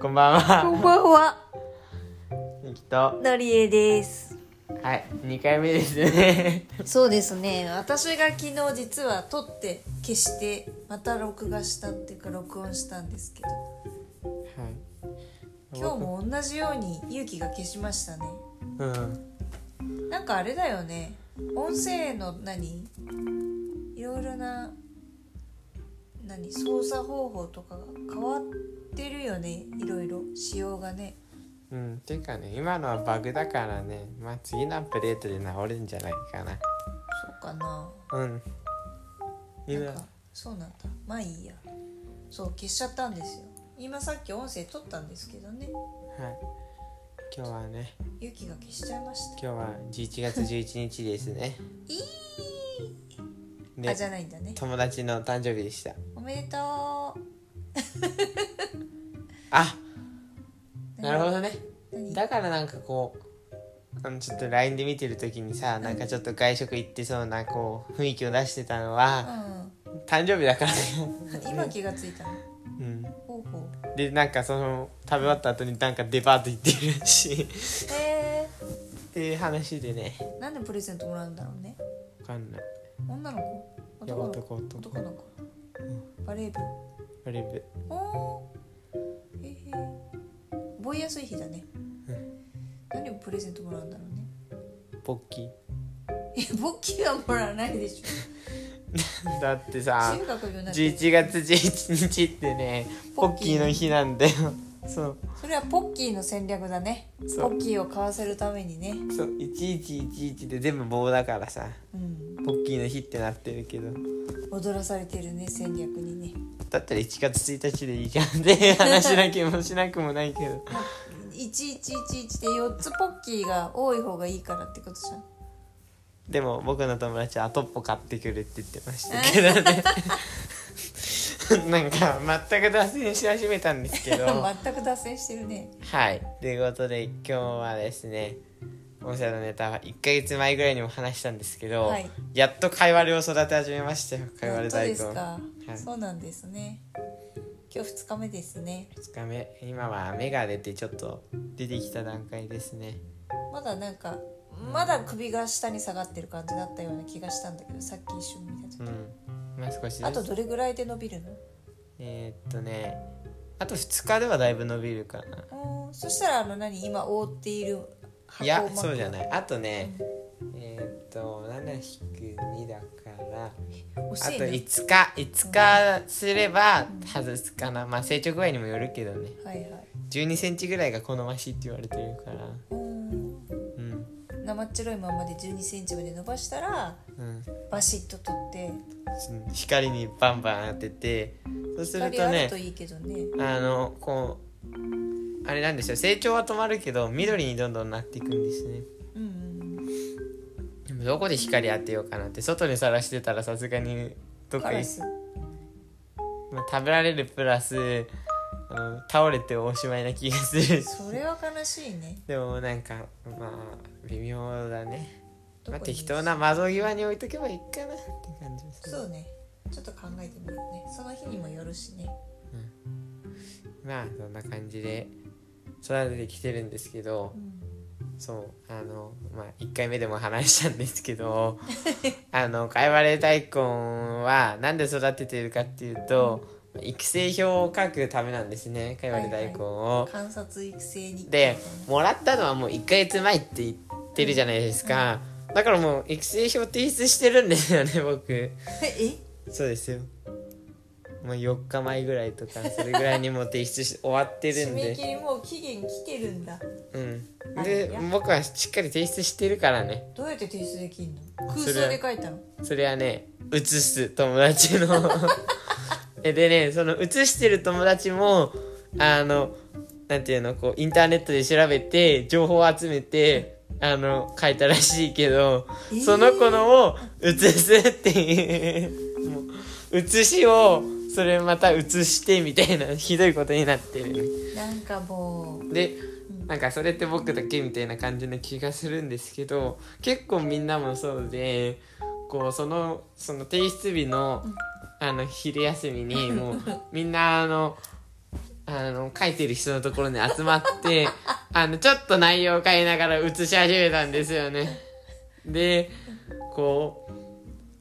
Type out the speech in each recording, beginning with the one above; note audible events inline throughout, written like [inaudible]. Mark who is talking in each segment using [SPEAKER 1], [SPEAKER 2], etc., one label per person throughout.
[SPEAKER 1] こんばん
[SPEAKER 2] [laughs] こ
[SPEAKER 1] は。
[SPEAKER 2] んばんは、
[SPEAKER 1] ミキと。
[SPEAKER 2] のりえです。
[SPEAKER 1] はい、二回目ですね。
[SPEAKER 2] そうですね、私が昨日実は撮って消してまた録画したっていうか録音したんですけど、
[SPEAKER 1] はい。
[SPEAKER 2] 今日。も同じように勇気が消しましたね。
[SPEAKER 1] うん。
[SPEAKER 2] なんかあれだよね、音声の何、いろいろな何操作方法とかが変わってるよね、いろいろ仕様がね。
[SPEAKER 1] うん、ていうかね、今のはバグだからね、まあ、次のアップデートで治るんじゃないかな。
[SPEAKER 2] そうかな。
[SPEAKER 1] うん。
[SPEAKER 2] な
[SPEAKER 1] 今
[SPEAKER 2] んか。そうなんだまあいいやそう消しちゃったんですよ今さっき音声取ったんですけどね
[SPEAKER 1] はい。今日はね、
[SPEAKER 2] ゆきが消しちゃいまし
[SPEAKER 1] 今
[SPEAKER 2] た
[SPEAKER 1] 日は11月11日ですね。
[SPEAKER 2] いいあ
[SPEAKER 1] で
[SPEAKER 2] じ、ゃないんだね
[SPEAKER 1] 友達の誕生日でした。
[SPEAKER 2] おめでと
[SPEAKER 1] あ、
[SPEAKER 2] う
[SPEAKER 1] なるほどね。
[SPEAKER 2] 何
[SPEAKER 1] だからなんかこう。あのちょっと LINE で見てる時にさなんかちょっと外食行ってそうなこう雰囲気を出してたのは
[SPEAKER 2] う
[SPEAKER 1] 誕生日だからね、
[SPEAKER 2] ん今気がついたの
[SPEAKER 1] うん、
[SPEAKER 2] ほうほう
[SPEAKER 1] でなんかその食べ終わった後になんかデパート行ってるらしいっ
[SPEAKER 2] へえ
[SPEAKER 1] ていう話でね
[SPEAKER 2] ー、なんでプレゼントもらうんだろうね
[SPEAKER 1] 分かんない
[SPEAKER 2] 女の子
[SPEAKER 1] いや
[SPEAKER 2] 男の子
[SPEAKER 1] 男男
[SPEAKER 2] 男の子バレー部
[SPEAKER 1] バレー部
[SPEAKER 2] おおーへえ覚えやすい日だね
[SPEAKER 1] うん
[SPEAKER 2] 何をプレゼントもらうんだろうね
[SPEAKER 1] ポッキ
[SPEAKER 2] えボッキーはもらわないでしょ
[SPEAKER 1] ーだってさ
[SPEAKER 2] [laughs] 中学になって
[SPEAKER 1] 11月11日ってねポッキーの日なんだよそう
[SPEAKER 2] それはポッキーの戦略だね
[SPEAKER 1] そ
[SPEAKER 2] ポ
[SPEAKER 1] う
[SPEAKER 2] ッキーを買わせるためにね
[SPEAKER 1] そう1111で全部棒だからさ
[SPEAKER 2] うん
[SPEAKER 1] ポッキーの日ってなってるけど
[SPEAKER 2] 踊らされてるね戦略にね
[SPEAKER 1] だったら1月1日でいいじゃんって話だけもしなくもないけど
[SPEAKER 2] 1111で4つポッキーが多い方がいいからってことじゃん
[SPEAKER 1] でも僕の友達はアトッポ買ってくるって言ってましたけどね [laughs] なんか全く脱線し始めたんです [laughs] けどは
[SPEAKER 2] [laughs] 全く脱線してるね
[SPEAKER 1] いということで今日はですね御社のネタは1ヶ月前ぐらいにも話したんですけど、
[SPEAKER 2] はい
[SPEAKER 1] やっとかいわれを育て始めましたよかいわ
[SPEAKER 2] 本
[SPEAKER 1] れ
[SPEAKER 2] 当
[SPEAKER 1] 大
[SPEAKER 2] で
[SPEAKER 1] 根
[SPEAKER 2] す
[SPEAKER 1] 2
[SPEAKER 2] か、
[SPEAKER 1] はい
[SPEAKER 2] そうなんですね今日2日目ですね
[SPEAKER 1] 日目今は芽が出てちょっと出てきた段階ですね
[SPEAKER 2] まだなんかまだ首が下に下がってる感じだったような気がしたんだけどさっき一瞬見た
[SPEAKER 1] う
[SPEAKER 2] 時、
[SPEAKER 1] んまあ少しずつ
[SPEAKER 2] あとどれぐらいで伸びるの
[SPEAKER 1] えーっとねあと2日ではだいぶ伸びるかな
[SPEAKER 2] うんそしたらあの何今覆っている箱
[SPEAKER 1] いやそうじゃ
[SPEAKER 2] い
[SPEAKER 1] ないあとね、えーっと7-2だからあ
[SPEAKER 2] 惜しい
[SPEAKER 1] と
[SPEAKER 2] ね
[SPEAKER 1] 5日5日すれば外すかなまあ成長具合にもよるけどね
[SPEAKER 2] はいはい
[SPEAKER 1] 1 2ンチぐらいが好ましいって言われてるから
[SPEAKER 2] うん
[SPEAKER 1] うん
[SPEAKER 2] 生っちょろいまんまで1 2センチまで伸ばしたら
[SPEAKER 1] うん
[SPEAKER 2] バシッと取って
[SPEAKER 1] 光にバンバン当ててそうする
[SPEAKER 2] 光
[SPEAKER 1] と
[SPEAKER 2] ある
[SPEAKER 1] ね
[SPEAKER 2] といいけどね
[SPEAKER 1] あのこうあれなんですよ成長は止まるけど緑にどんどんなっていくんですね
[SPEAKER 2] うんうん
[SPEAKER 1] でもどこで光当てようかなって外にさらしてたらさすがに
[SPEAKER 2] う
[SPEAKER 1] ど
[SPEAKER 2] ん
[SPEAKER 1] っか
[SPEAKER 2] カラ
[SPEAKER 1] に
[SPEAKER 2] ス
[SPEAKER 1] まあ、食べられるプラスあの倒れておしまいな気がする
[SPEAKER 2] それは悲しいね
[SPEAKER 1] でもなんかまあ微妙だね、
[SPEAKER 2] ど
[SPEAKER 1] まあ、
[SPEAKER 2] こに
[SPEAKER 1] 適当な窓際に置いとけばいいかなって感じです
[SPEAKER 2] そうねちょっと考えてみるねその日にもよるしね
[SPEAKER 1] まあそんな感じで育ててきてるんですけど
[SPEAKER 2] うん
[SPEAKER 1] そうあのまあ1回目でも話したんですけ
[SPEAKER 2] [laughs]
[SPEAKER 1] どあのかいわれ大根はなんで育ててるかっていうと育成表を書くためなんですねかいわれ大根を。
[SPEAKER 2] 観察育成に
[SPEAKER 1] でもらったのはもう1ヶ月前って言ってるじゃないですか、だからもう育成表提出してるんですよね僕
[SPEAKER 2] え
[SPEAKER 1] そうですよもう4日前ぐらいとかそれぐらいにもう提出し終わってる
[SPEAKER 2] 締
[SPEAKER 1] ん
[SPEAKER 2] め
[SPEAKER 1] で
[SPEAKER 2] 切りもう期限来てるんだ
[SPEAKER 1] うん
[SPEAKER 2] あ
[SPEAKER 1] で
[SPEAKER 2] いや
[SPEAKER 1] 僕はしっかり提出してるからね
[SPEAKER 2] どうやって提出できんの空
[SPEAKER 1] それ
[SPEAKER 2] 想で書いたの
[SPEAKER 1] それはね写す友達の
[SPEAKER 2] [laughs]
[SPEAKER 1] えでねその写してる友達もあのなんていうのこうインターネットで調べて情報を集めてあの書いたらしいけど
[SPEAKER 2] えー
[SPEAKER 1] その子のを写すっていうもう写しをそれまた写してみたいなひどいことになってる
[SPEAKER 2] なんかもう
[SPEAKER 1] でなんかそれって僕だけみたいな感じな気がするんですけど結構みんなもそうでこうそのその
[SPEAKER 2] [laughs]
[SPEAKER 1] 提出日のあの昼休みにもうみんなあのあの書いてる人のところに集まって
[SPEAKER 2] [laughs]
[SPEAKER 1] あのちょっと内容を変えながら写し始めたんですよねでこ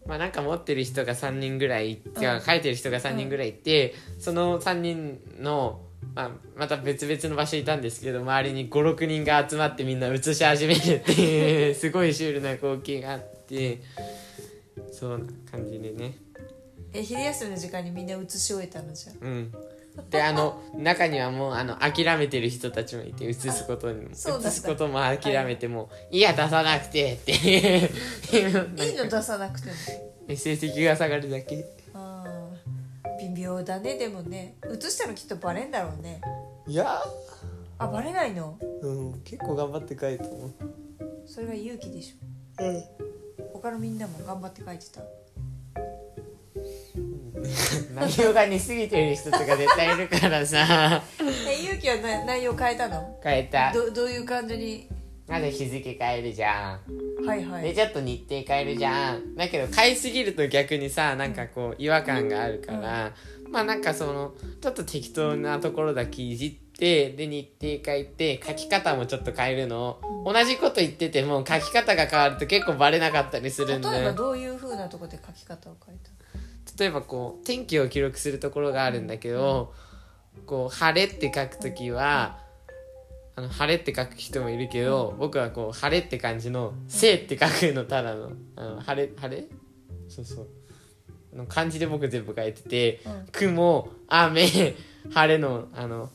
[SPEAKER 1] うまあなんか持ってる人が3人ぐらいて
[SPEAKER 2] う
[SPEAKER 1] か
[SPEAKER 2] ん
[SPEAKER 1] 書いてる人が3人ぐらいいて、その3人の、まあ、また別々の場所にいたんですけど周りに56人が集まってみんな写し始めるっていう [laughs] すごいシュールな光景があってそうな感じでね
[SPEAKER 2] え昼休みの時間にみんな写し終えたのじゃん
[SPEAKER 1] うん。で、あの、中にはもう、あの、諦めてる人たちもいて、映すことにも、映
[SPEAKER 2] そうなんだ
[SPEAKER 1] すことも諦めても、い、や、出さなくて、って [laughs] いう。
[SPEAKER 2] [laughs] いいの出さなくても
[SPEAKER 1] 成績が下がるだけ。
[SPEAKER 2] あー微妙だねでもね写したのきっとバレんだろうね
[SPEAKER 1] いや、
[SPEAKER 2] あバレないの
[SPEAKER 1] うん、結構頑張って書いたもん。
[SPEAKER 2] それが勇気でし
[SPEAKER 1] うん。
[SPEAKER 2] ょ他のみんなも頑張って書いてた
[SPEAKER 1] 内容が似すぎてる人とか絶対いるから
[SPEAKER 2] [laughs]
[SPEAKER 1] さ、
[SPEAKER 2] え勇気はな内容変えたの
[SPEAKER 1] 変えた。
[SPEAKER 2] どどういう感じに
[SPEAKER 1] まず日付変えるじゃん。
[SPEAKER 2] はいは
[SPEAKER 1] で
[SPEAKER 2] い
[SPEAKER 1] ちょっと日程変えるじゃんだけど変えすぎると逆にさなんかこう違和感があるから、まあなんかそのちょっと適当なところだけいじってで日程変えて書き方もちょっと変えるの同じこと言ってても書き方が変わると結構バレなかったりす
[SPEAKER 2] 例
[SPEAKER 1] る
[SPEAKER 2] え
[SPEAKER 1] んだ
[SPEAKER 2] ば
[SPEAKER 1] よ
[SPEAKER 2] どういう風なとこで書き方を変えた
[SPEAKER 1] 例えばこう天気を記録するところがあるんだけど、こう「晴れ」って書くときは「あの晴れ」って書く人もいるけど、僕はこう「晴れ」って感じの「せ」って書くのただの「あの晴れ」晴れそうそうあの漢字で僕全部書いてて
[SPEAKER 2] うん
[SPEAKER 1] 「雲」「雨」「晴れの」あの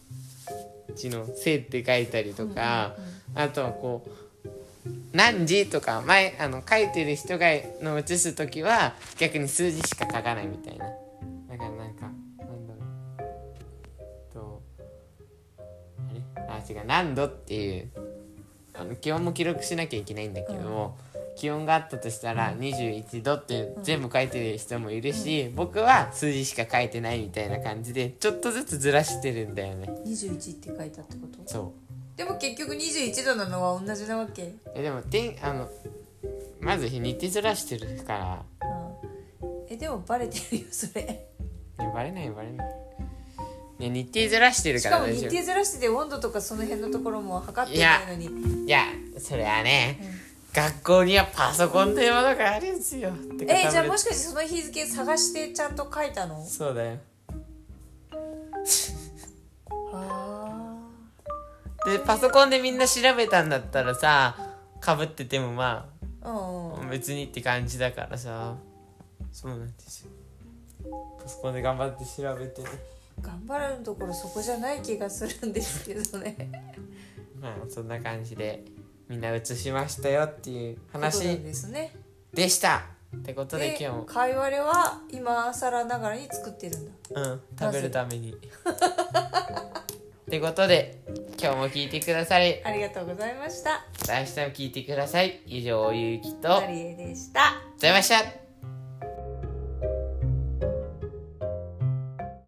[SPEAKER 1] 字の「せ」って書いたりとか、あとはこう「何時」とか前あの書いてる人がの写す時は逆に数字しか書かないみたいなだからなんかなんだろうえっとあれあ違う何度っていうあの気温も記録しなきゃいけないんだけども、気温があったとしたら21度って全部書いてる人もいるし、僕は数字しか書いてないみたいな感じでちょっとずつずらしてるんだよね
[SPEAKER 2] 21って書いたってこと
[SPEAKER 1] そう
[SPEAKER 2] でも結局21度なのは同じなわけ、うん、
[SPEAKER 1] えでも天あのまず日に照らしてるから
[SPEAKER 2] えでもバレてるよそれ
[SPEAKER 1] いやバレないバレないね日程ずらしてる
[SPEAKER 2] し
[SPEAKER 1] か
[SPEAKER 2] からも
[SPEAKER 1] 大
[SPEAKER 2] 日
[SPEAKER 1] 丈
[SPEAKER 2] 程ずらしてて温度とかその辺のところも測ってないのに
[SPEAKER 1] 夫いやそれはね、学校にはパソコンというものがあるんですよてか
[SPEAKER 2] えじゃあも
[SPEAKER 1] し
[SPEAKER 2] しかしてその日付探してちゃんと書いたの
[SPEAKER 1] そうだよ
[SPEAKER 2] あ
[SPEAKER 1] でパソコンでみんな調べたんだったらさかぶっててもま
[SPEAKER 2] あうんう
[SPEAKER 1] あ
[SPEAKER 2] ん
[SPEAKER 1] 別にって感じだからさそうなんですよパソコンで頑張って調べてね
[SPEAKER 2] 頑張るところそこじゃない気がするんですけどね
[SPEAKER 1] まあそんな感じでみんな写しましたよっていう
[SPEAKER 2] ことな
[SPEAKER 1] 話
[SPEAKER 2] んですね
[SPEAKER 1] でしたってことで
[SPEAKER 2] で
[SPEAKER 1] 今日も、
[SPEAKER 2] かいわれは今更ながらに作ってるんだ
[SPEAKER 1] うん、食べるために [laughs] ってことで今日も聞いてください
[SPEAKER 2] ありがとうございました
[SPEAKER 1] また明日も聞いてください以上ゆうきとありがとう
[SPEAKER 2] マリエでした
[SPEAKER 1] ございました